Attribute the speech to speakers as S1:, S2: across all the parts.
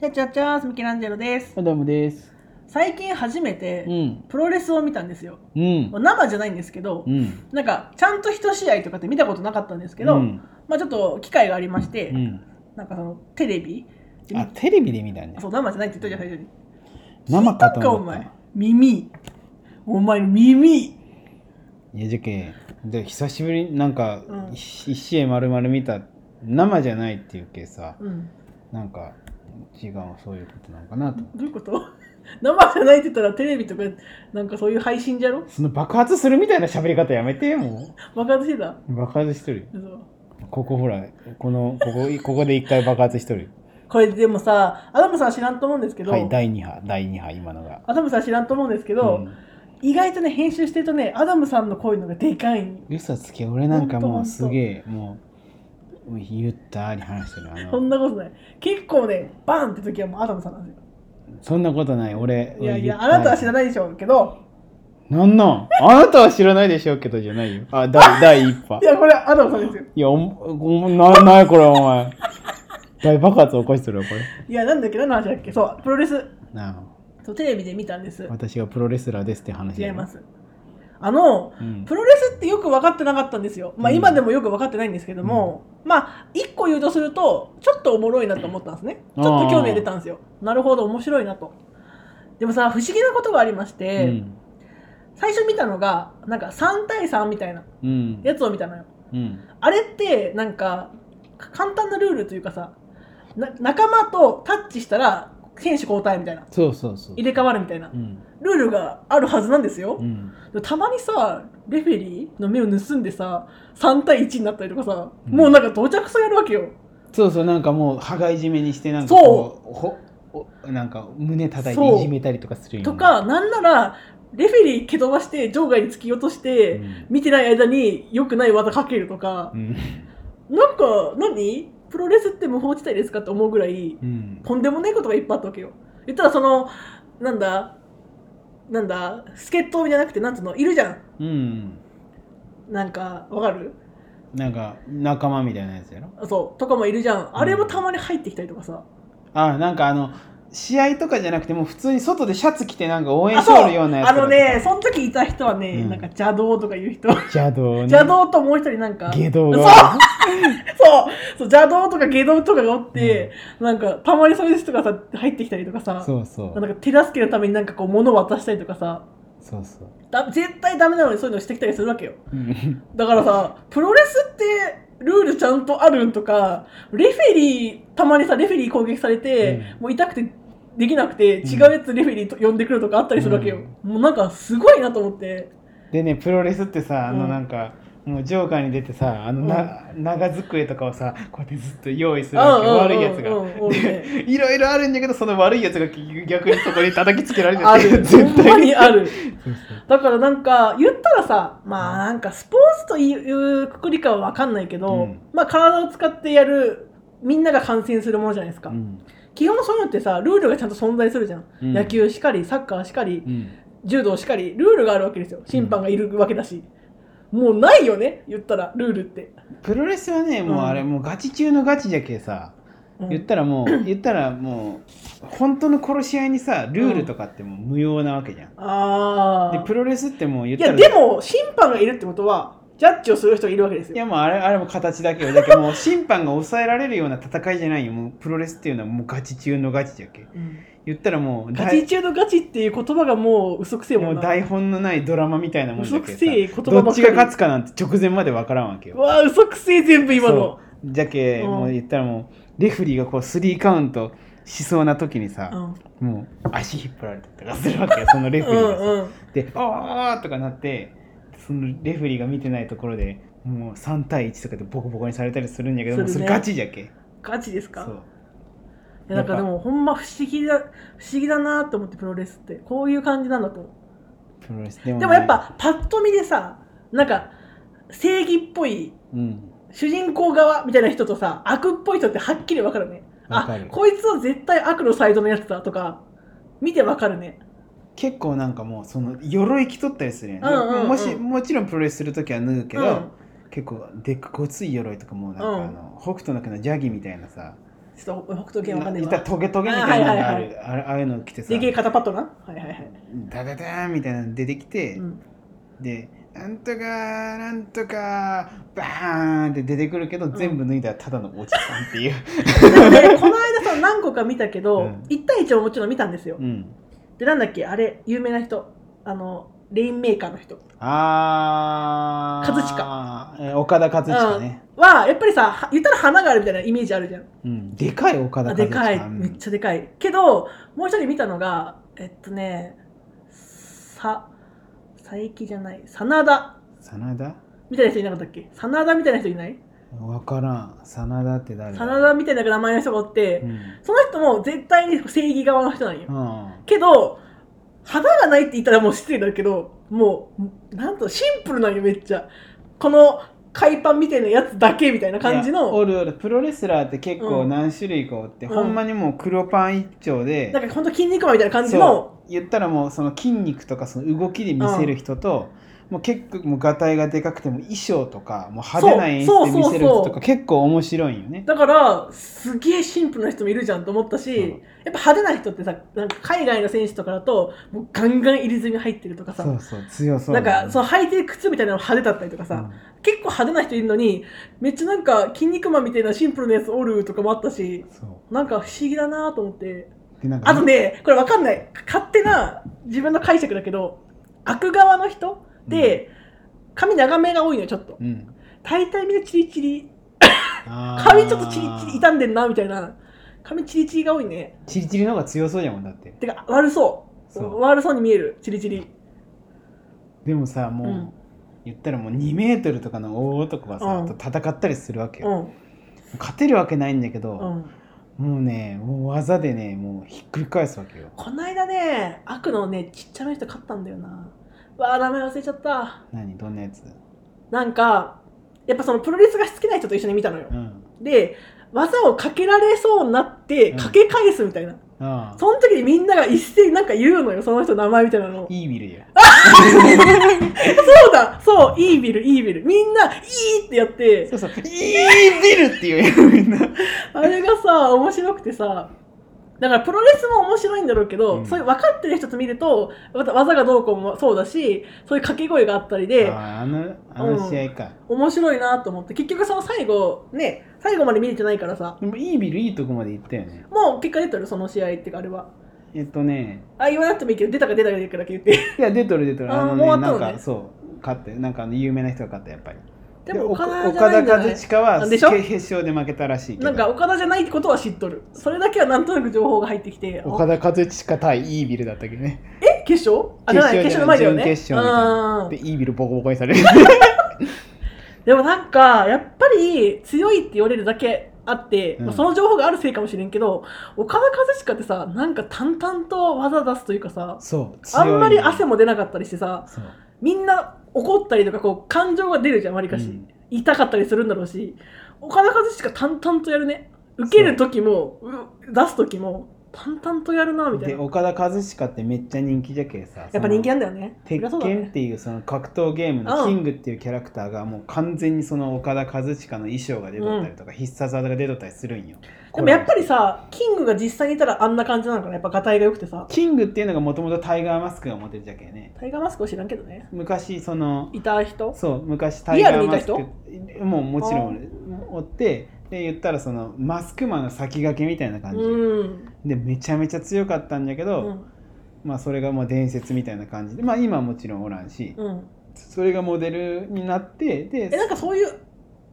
S1: チャチャチャースミケランジェロです
S2: アダムです。
S1: 最近初めて
S2: うん。
S1: プロレスを見たんですよ
S2: うん。
S1: 生じゃないんですけど
S2: うん。
S1: なんかちゃんと一試合とかって見たことなかったんですけど、
S2: うん。
S1: まあちょっと機会がありまして、
S2: うん
S1: なんかそのテレビで見
S2: あ、テレビで見たんだ。
S1: そう生じゃないって言ったじゃん最初に
S2: 生か
S1: なんか
S2: と
S1: お
S2: 思った
S1: 前。耳お前耳
S2: いや、じゃけ。で、久しぶりになんか
S1: うん、
S2: 一試合まるまる見た。生じゃないっていうけさ、
S1: うん
S2: なんか。違う、そういうことなのかなと。
S1: どういうこと 生じゃないって言ったらテレビとかなんかそういう配信じゃろ
S2: その爆発するみたいな喋り方やめても
S1: 爆発してた
S2: う爆発しとるよ
S1: そう
S2: ここほらこのここここで一回爆発しとるよ
S1: これでもさアダムさん知らんと思うんですけど、
S2: はい第2波第2波今のが
S1: アダムさん知らんと思うんですけど、
S2: うん
S1: 意外とね編集してるとねアダムさんの声のがでかいん
S2: 嘘つけ俺なんかも
S1: ほんとほん
S2: う
S1: と
S2: すげえもうゆったり話してるあ
S1: そん
S2: の
S1: なことない結構ねバンって時はもうアダムさんなんですよ
S2: そんなことない俺
S1: いやいやあ
S2: 俺ゆった
S1: な
S2: り
S1: たは知らないでしょうけど
S2: なんなんあなたは知らないでしょうけどじゃないよあ第 第一波
S1: いやこれアダムさんですよ
S2: いやおおなんないこれお 前大爆発起こしてるよこれ
S1: いやなんだっけ何の話だっけそうプロレス
S2: な
S1: そうテレビで見たんです
S2: あ私がプロレスラーですって話だ
S1: 違
S2: よ
S1: いますあの
S2: うん
S1: プロレスってよく分かってなかったんですよ。まあ
S2: うん
S1: 今でもよく分かってないんですけども、まあ一個言うとすると、ちょっとおもろいなと思ったんですね。ちょ
S2: あー
S1: っと興味が出たんですよ。なるほど、面白いなと。でもさ、不思議なことがありまして、
S2: うん
S1: 最初見たのが、なんか3対3みたいな
S2: うん
S1: やつを見たのよ。
S2: うん
S1: あれって、なんか、か簡単なルールというかさ、な仲間とタッチしたら、選手交代みたいな。
S2: そうそうそう
S1: 入れ替わるみたいな
S2: う。ん
S1: ルールがあるはずなんですよ。
S2: うん
S1: でたまにさレフェリーの目を盗んでさ3対1になったりとかさ、
S2: うん
S1: もうなんか到着さやるわけよ
S2: そうそうなんかもう羽交い締めにしてなんか
S1: そう
S2: こうほおなんか胸叩い
S1: そう
S2: ていじめたりとかするよね
S1: とかなんならレフェリー蹴飛ばして場外に突き落として、
S2: うん
S1: 見てない間に良くない技かけるとか
S2: う、ん
S1: なんか何プロレスって無法地帯ですかって思うぐらい
S2: うん
S1: とんでもないことがいっぱいあったわけよ言ったらそのなんだなんだ助っ人じゃなくてなんつうのいるじゃん
S2: うん
S1: なんかわかる
S2: なんか仲間みたいなやつやろ
S1: そうとかもいるじゃんあれもたまに入ってきたりとかさ、
S2: あなんかあの試合とかじゃなくてもう普通に外でシャツ着てなんか応援
S1: あ
S2: しと
S1: そう
S2: るようなやつ
S1: あのねその時いた人はね、
S2: うん
S1: なんか邪道とかいう人
S2: 邪道ね
S1: 邪道ともう一人なんか
S2: 下道
S1: そう
S2: が
S1: そうそう邪道とか下道とかがおって、なんかたまにそういう人がさ入ってきたりとかさ
S2: そうそう
S1: なんか手助けのためになんかこう物渡したりとかさ
S2: そうそう
S1: だ絶対ダメなのにそういうのしてきたりするわけよ
S2: うん
S1: だからさプロレスってルールちゃんとあるんとかレフェリーたまにさレフェリー攻撃されて、
S2: う
S1: もう痛くてできなくて
S2: うん
S1: 違うやつレフェリーと呼んでくるとかあったりするわけよ、もうなんかすごいなと思って
S2: でねプロレスってさあ
S1: う
S2: の
S1: ん
S2: なんか、もうジョーカーに出てさあのな、長机とかをさこうやってずっと用意するわけ悪いやつが、
S1: うんうん うんうんね
S2: いろいろあるんだけどその悪いやつが逆にそこに叩きつけられて
S1: ある
S2: 絶
S1: ほんま
S2: 対
S1: にある
S2: そうそう
S1: だからなんか言ったらさまあなんかスポーツというくくりかは分かんないけど、
S2: うん
S1: まあ体を使ってやるみんなが観戦するものじゃないですか、
S2: うん
S1: 基本そういうのってさルールがちゃんと存在するじゃん、
S2: うん
S1: 野球しかりサッカーしかり
S2: うん
S1: 柔道しかりルールがあるわけですよ審判がいるわけだし、もうないよね言ったらルールって、
S2: プロレスはねもうあれ、
S1: う
S2: もうガチ中のガチじゃけさ
S1: うん
S2: 言ったらも う言ったらもう本当の殺し合いにさルールとかってもう無用なわけじゃん、
S1: あ
S2: で
S1: あ
S2: プロレスってもう言っ
S1: い
S2: たら
S1: やでも審判がいるってことはジャッジをする人がいるわけです
S2: い
S1: よ
S2: やもうあれあれも形だけよだけ どもう審判が抑えられるような戦いじゃないよもうプロレスっていうのはもうガチ中のガチじゃけ
S1: うん
S2: 言ったらもう
S1: ガチ中のガチっていう言葉がもう嘘くせえ
S2: も
S1: もん
S2: う
S1: な
S2: 台本のないドラマみたいなもんじゃ
S1: 嘘く
S2: けさ
S1: せえ言葉ばっかり
S2: どっちが勝つかなんて直前まで分からんわけ
S1: う
S2: よ。
S1: わあ嘘くせえ全部今の
S2: そうじゃけ、
S1: うん
S2: もう言ったらもうレフェリーがこう3カウントしそうな時に
S1: う
S2: さ、
S1: ん
S2: もう足引っ張られたりとかするわけよそのレフェ
S1: う
S2: リーがさ。
S1: んうん
S2: で「あー!」とかなってそのレフェリーが見てないところでもう3対1とかでボコボコにされたりするんやけど、もう
S1: す
S2: そ
S1: るね
S2: れガチじゃけ。
S1: ガチですか
S2: そう
S1: いやなんかでもほんま不思議だ不思議だなと思ってプロレスってこういう感じなんだと思
S2: プロレスでも,、
S1: うでもやっ、ぱパッと見でさなんか正義っぽい
S2: うん、
S1: 主人公側みたいな人とさ悪っぽい人ってはっきり分かるね
S2: わか
S1: あ
S2: る
S1: こいつは絶対悪のサイドのやつだとか見て分かるね
S2: 結構なんかもうその鎧着とったりするやん、
S1: うんうんうん
S2: もしもちろんプロレスする時は脱ぐけど、
S1: うん
S2: 結構でっかごつい鎧とかもうなんかあの、北斗の拳のジャギみたいなさ
S1: ちょっと北斗拳わかんないい
S2: た
S1: わ
S2: トゲトゲみたいなのがあ
S1: あはいはい
S2: るあれああいうの着てさ
S1: でけえ肩パッドなはいはいはい、
S2: ダダダーンみたいなの出てきて、
S1: うん、
S2: でなんとかなんとかバーンって出てくるけど、
S1: ん
S2: 全部脱いだらただのおじさんっ ていう、
S1: でもねこの間さ何個か見たけど、
S2: うん
S1: 1対1ももちろん見たんですよ、
S2: うん、
S1: でなんだっけあれ有名な人あのレインメーカーの人
S2: あー
S1: 葛
S2: え岡田和親ね、
S1: はやっぱりさは言ったら花があるみたいなイメージあるじゃん
S2: うん、でかい岡田
S1: あ
S2: 和親
S1: でかい
S2: うん
S1: めっちゃでかいけどもう一人見たのがえっとねさ佐伯じゃない真田
S2: 真田
S1: みたいな人いなかったっけ真田みたいな人いない
S2: わからん真田って誰
S1: 真
S2: だ
S1: 田みたいな名前の人がおって、
S2: うん
S1: その人も絶対に正義側の人なんよ、
S2: うん
S1: けど肌がないって言ったらもう失礼だけどもうなんとシンプルなんよめっちゃこの海パンみたいなやつだけみたいな感じ
S2: いやお
S1: の
S2: るおるプロレスラーって結
S1: う
S2: 構
S1: ん
S2: 何種類かおって、
S1: うん
S2: ほんまにもう黒パン一丁で、
S1: なんかほんと筋肉マンみたいな感じの
S2: そう言ったらもうその筋肉とかその動きで見せる人と、もう結構もうがたいがでかくても衣装とかもう派手な演
S1: そう
S2: 出で見せる
S1: そうそ
S2: 人
S1: う
S2: と
S1: そ
S2: か
S1: う
S2: 結構面白いんよね。
S1: だからすげえシンプルな人もいるじゃんと思ったし、
S2: うん
S1: やっぱ派手な人ってさなんか海外の選手とかだともうガンガン入れ墨入ってるとかさ
S2: そうそう強そう
S1: なんかそ
S2: そう
S1: の履いてる靴みたいなの派手だったりとかさ、
S2: ん
S1: 結構派手な人いるのにめっちゃなんか「筋肉マン」みたいなシンプルなやつおるとかもあったし
S2: そ
S1: なんか不思議だなと思って
S2: うでなんか
S1: あとねこれわかんない勝手な自分の解釈だけど悪側の人で、髪長めが多いのよちょっと
S2: うん、
S1: 大体みんなチリチリ
S2: あー
S1: 髪ちょっとチリチリ傷んでんなみたいな髪チリチリが多いね
S2: チリチリの方が強そうやもんだって
S1: てか悪そう
S2: そう
S1: 悪そうに見えるチリチリ
S2: でもさもう、
S1: うん
S2: 言ったらもう2メートルとかの大男がさ、
S1: うん
S2: と戦ったりするわけ
S1: う
S2: よ、
S1: ん
S2: 勝てるわけないんだけど、
S1: うん
S2: もうねもう技でねもうひっくり返すわけよ
S1: こないだね悪のねちっちゃめの人勝ったんだよなわあ名前忘れちゃった
S2: 何どんなやつ
S1: なんかやっぱそのプロレスが好きな人と一緒に見たのよ
S2: うん
S1: で技をかけられそうになって
S2: うん
S1: かけ返すみたいな、
S2: ああ
S1: その時にみんなが一斉になんか言うのよその人の名前みたいなの
S2: イービルや
S1: そうだそうイービルイービルみんないいってやって
S2: そうそう、イービルっていうみんな。
S1: あれがさ面白くてさだからプロレスも面白いんだろうけど、
S2: うん
S1: そういう分かってる人と見るとわた技がどうこうもそうだしそういう掛け声があったり で
S2: ああの、あの試合か。
S1: 面白いなと思って結局その最後ね最後まで見れてないからさ
S2: でもイービルいいとこまで行ったよね。
S1: もう結果出てるその試合っていうかあれは
S2: えっとね、
S1: あ言わなくてもいいけど出たか出たか出たかだけ言って
S2: いや出とる出とる。
S1: あー
S2: あ
S1: も
S2: の
S1: う
S2: ね、
S1: 終わ
S2: な
S1: った
S2: ん
S1: のね
S2: かそう、勝って、なんかあの有名な人が勝ったやっぱり。
S1: でも岡田じゃ
S2: お岡
S1: ない
S2: 田
S1: んじゃな
S2: 和
S1: い
S2: 親は
S1: でしょ
S2: 決勝で負けたらしいけど。
S1: なんか岡田じゃないことは知っとるそれだけはなんとなく情報が入ってきて
S2: 岡田和親対イービルだったけどね。
S1: あえ決勝あじゃない決勝の前だよね
S2: 準決勝みたいな。
S1: うん
S2: で、イービルボコボコに される。
S1: でもなんかやっぱり強いって言われるだけあって、
S2: うん
S1: まあその情報があるせいかもしれんけど岡田和親ってさなんか淡々と技出すというかさ
S2: そう、
S1: あんまり汗
S2: も。
S1: も出なかったりしてさ
S2: そう。
S1: みんな怒ったりとかこう感情が出るじゃんわりかし、
S2: うん
S1: 痛かったりするんだろうし岡田和親淡々とやるね受ける時もう出す時も淡々とやるなみたい
S2: で、
S1: な
S2: 岡田和親ってめっちゃ人気じゃけさ。
S1: やっぱ人気なんだよねそ
S2: 鉄
S1: りゃそうだね
S2: 拳っていうその格闘ゲームのキングっていうキャラクターがもう完全にその岡田和親の衣装が出とったりとか必殺技が出とったりするんよ。
S1: でもやっぱりさキングが実際にいたらあんな感じなのかなやっぱガタイが良くてさ
S2: キングっていうのがもともとタイガーマスクが持ってるじゃけね。
S1: タイガーマスクを知らんけどね
S2: 昔その
S1: いた人
S2: そう昔タイガーマス
S1: リアル
S2: クもうもちろんおってで言ったらそのマスクマンの先駆けみたいな
S1: う
S2: 感じ、
S1: ん、
S2: でめちゃめちゃ強かったんだけど、
S1: うん
S2: まあそれがもう伝説みたいな感じでまあ今はもちろんおらんし、
S1: うん、
S2: それがモデルになってで
S1: えなんかそういう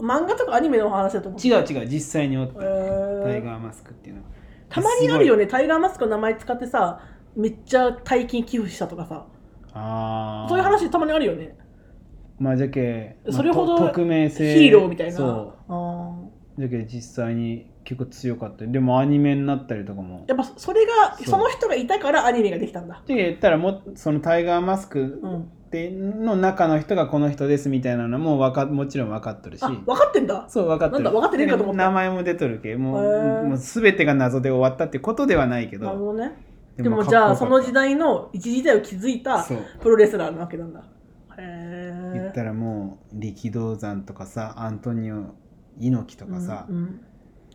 S1: 漫画とかアニメのお話だと思う
S2: 違う違う実際におった、
S1: へー
S2: タイガーマスクっていうのが
S1: たまにあるよねタイガーマスクの名前使ってさめっちゃ大金寄付したとかさ
S2: あー
S1: そういう話たまにあるよね
S2: まあじゃけ、まあ
S1: それほど
S2: と匿名
S1: ヒ
S2: 性
S1: ーローみたいな
S2: そ
S1: あー
S2: うじゃけ実際に結構強かったでもアニメになったりとかも
S1: やっぱそれが
S2: そう
S1: その人がいたからアニメができたんだ
S2: じゃけ言ったらもそのタイガーマスク
S1: うん
S2: っての中の人がこの人ですみたいなのもわかもちろん分かっとるし
S1: あ分かってんだ
S2: そう分かってる
S1: なんだ分かってねえかと思った
S2: 名前も出とるけも
S1: へ
S2: う
S1: ー
S2: もう全てが謎で終わったってことではないけ
S1: なる
S2: ど
S1: ほどねでもじゃあその時代の一時代を築いた
S2: そう
S1: プロレスラーなわけなんだへ
S2: 言っ
S1: え
S2: たらもう力道山とかさアントニオ猪木とかさ、
S1: うんうん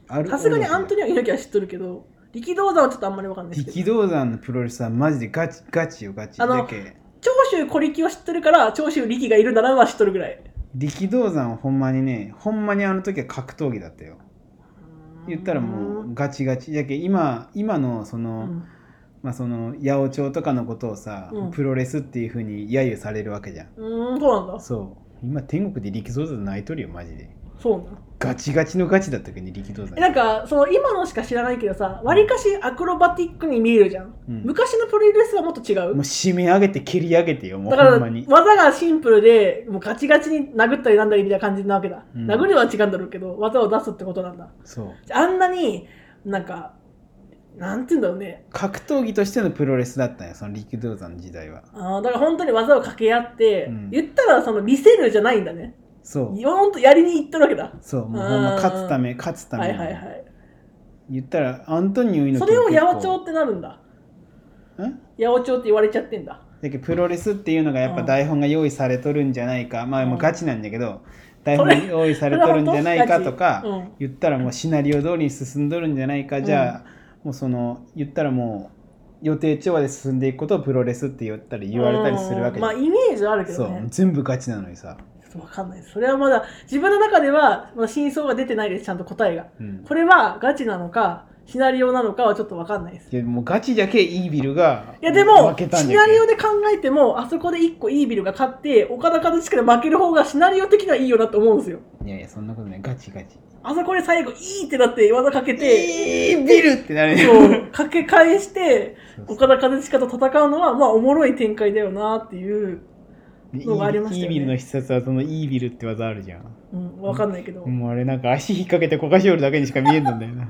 S2: ある
S1: さすがにアントニオ猪木は知っとるけど力道山はちょっとあんまりわかんないですけど
S2: 力道山のプロレスはマジでガチガチよガチ
S1: あの
S2: だけ
S1: 長州小力は知っとるから長州力がいるならは知っとるぐらい
S2: 力道山はほんまにねほんまにあの時は格闘技だったよ言ったらもうガチガチだけ今今のその、
S1: ん
S2: まあその八百長とかのことをさ、
S1: うん
S2: プロレスっていうふうに揶揄されるわけじゃん
S1: うんそうなんだ
S2: そう今天国で力道山泣いとるよマジで
S1: そうなんだ
S2: ガチガチのガチだったけどね力道山
S1: えなんかその今のしか知らないけどさわりかしアクロバティックに見えるじゃん
S2: うんも
S1: 昔のプロレスはもっと違
S2: う
S1: う
S2: 締め上げて蹴り上げてよもう
S1: だから
S2: ほんまに
S1: 技がシンプルでもうガチガチに殴ったりなんだりみたいな感じなわけだ、
S2: うん
S1: 殴るは違うんだろうけど技を出すってことなんだ
S2: そう
S1: あんなになんかなんて言うんだろうね
S2: 格闘技としてのプロレスだったんよその力道山の時代は
S1: あーだから本当に技を掛け合って、
S2: うん
S1: 言ったらその見せるじゃないんだね
S2: そう
S1: ほんとやりにいってるわけだ
S2: そうもうほんま勝つため勝つた
S1: は
S2: め
S1: い
S2: に、
S1: はいはい
S2: 言ったらアントニオ猪木
S1: それを八
S2: も
S1: 百
S2: 結
S1: 長
S2: 構
S1: ってなるんだ
S2: ん
S1: 八百長って言われちゃってんだ
S2: だけどプロレスっていうのがやっぱ
S1: うん
S2: 台本が用意されとるんじゃないか、まあもうガチなんだけど台本
S1: そ
S2: が
S1: れ
S2: 用意されとるんじゃないかとか、
S1: うん
S2: 言ったらもうシナリオ通りに進んどるんじゃないか、じゃあもうその言ったらもう予定調和で進んでいくことをプロレスって言ったり言われたりする
S1: う
S2: わけ
S1: ん
S2: じ
S1: ま
S2: ゃ
S1: あ
S2: ん
S1: イメージはあるけ
S2: そ
S1: ど
S2: う
S1: ね
S2: 全部ガチなのにさ、
S1: ちょっとわかんないですそれはまだ自分の中ではまだ真相が出てないですちゃんと答えが
S2: うん、
S1: これはガチなのかシナリオなのかはちょっとわかんないです
S2: いやもうガチじゃけイービルが
S1: いやでも
S2: 負けた
S1: シ
S2: んじ
S1: ナ
S2: ゃけ
S1: リオで考えてもあそこで1個イービルが勝って岡田和親で負ける方がシナリオ的にはいいよなって思うんですよ
S2: いやいやそんなことないガチガチ
S1: あそこで最後いいってなって技かけて
S2: イービルってなるね
S1: そうかけ返して
S2: そう
S1: 岡田和親と戦うのはまあおもろい展開だよなっていう、
S2: でイ
S1: のがあり
S2: ー
S1: ました
S2: ビ
S1: よね
S2: イービルの必殺技のイービルって技あるじゃん
S1: うん、わかんないけど、
S2: もうあれなんか足引っ掛けてこかしおるだけにしか見えんのんだよな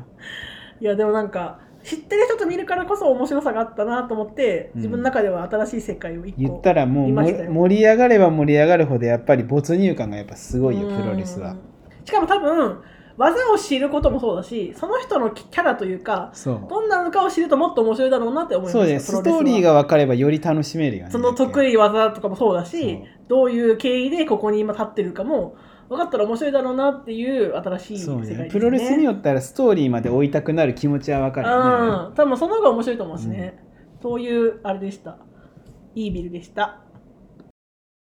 S1: いやでもなんか知ってる人と見るからこそ面白さがあったなと思って
S2: うん
S1: 自分の中では新しい世界を一個
S2: 言ったらもう
S1: 見ま
S2: も
S1: したよ
S2: 盛り上がれば盛り上がるほどやっぱり没入感がやっぱすごいよプロレス
S1: う
S2: は
S1: んしかも多分技を知ることもそうだしその人のキャラというか
S2: そう
S1: どんなのかを知るともっと面白いだろうなって思います
S2: そうですストーリーが分かればより楽しめるよね
S1: その得
S2: 意
S1: 意技とかもそうだしどういう経緯でここに今立ってるかも分かったら面白いだろうなっていう新しい世
S2: そう
S1: 界
S2: ね
S1: ですね
S2: プロレスによったらストーリーまで追いたくなる気持ちは分かるよね
S1: うん多分その方が面白いと思うしね、そういうあれでしたいいビルでした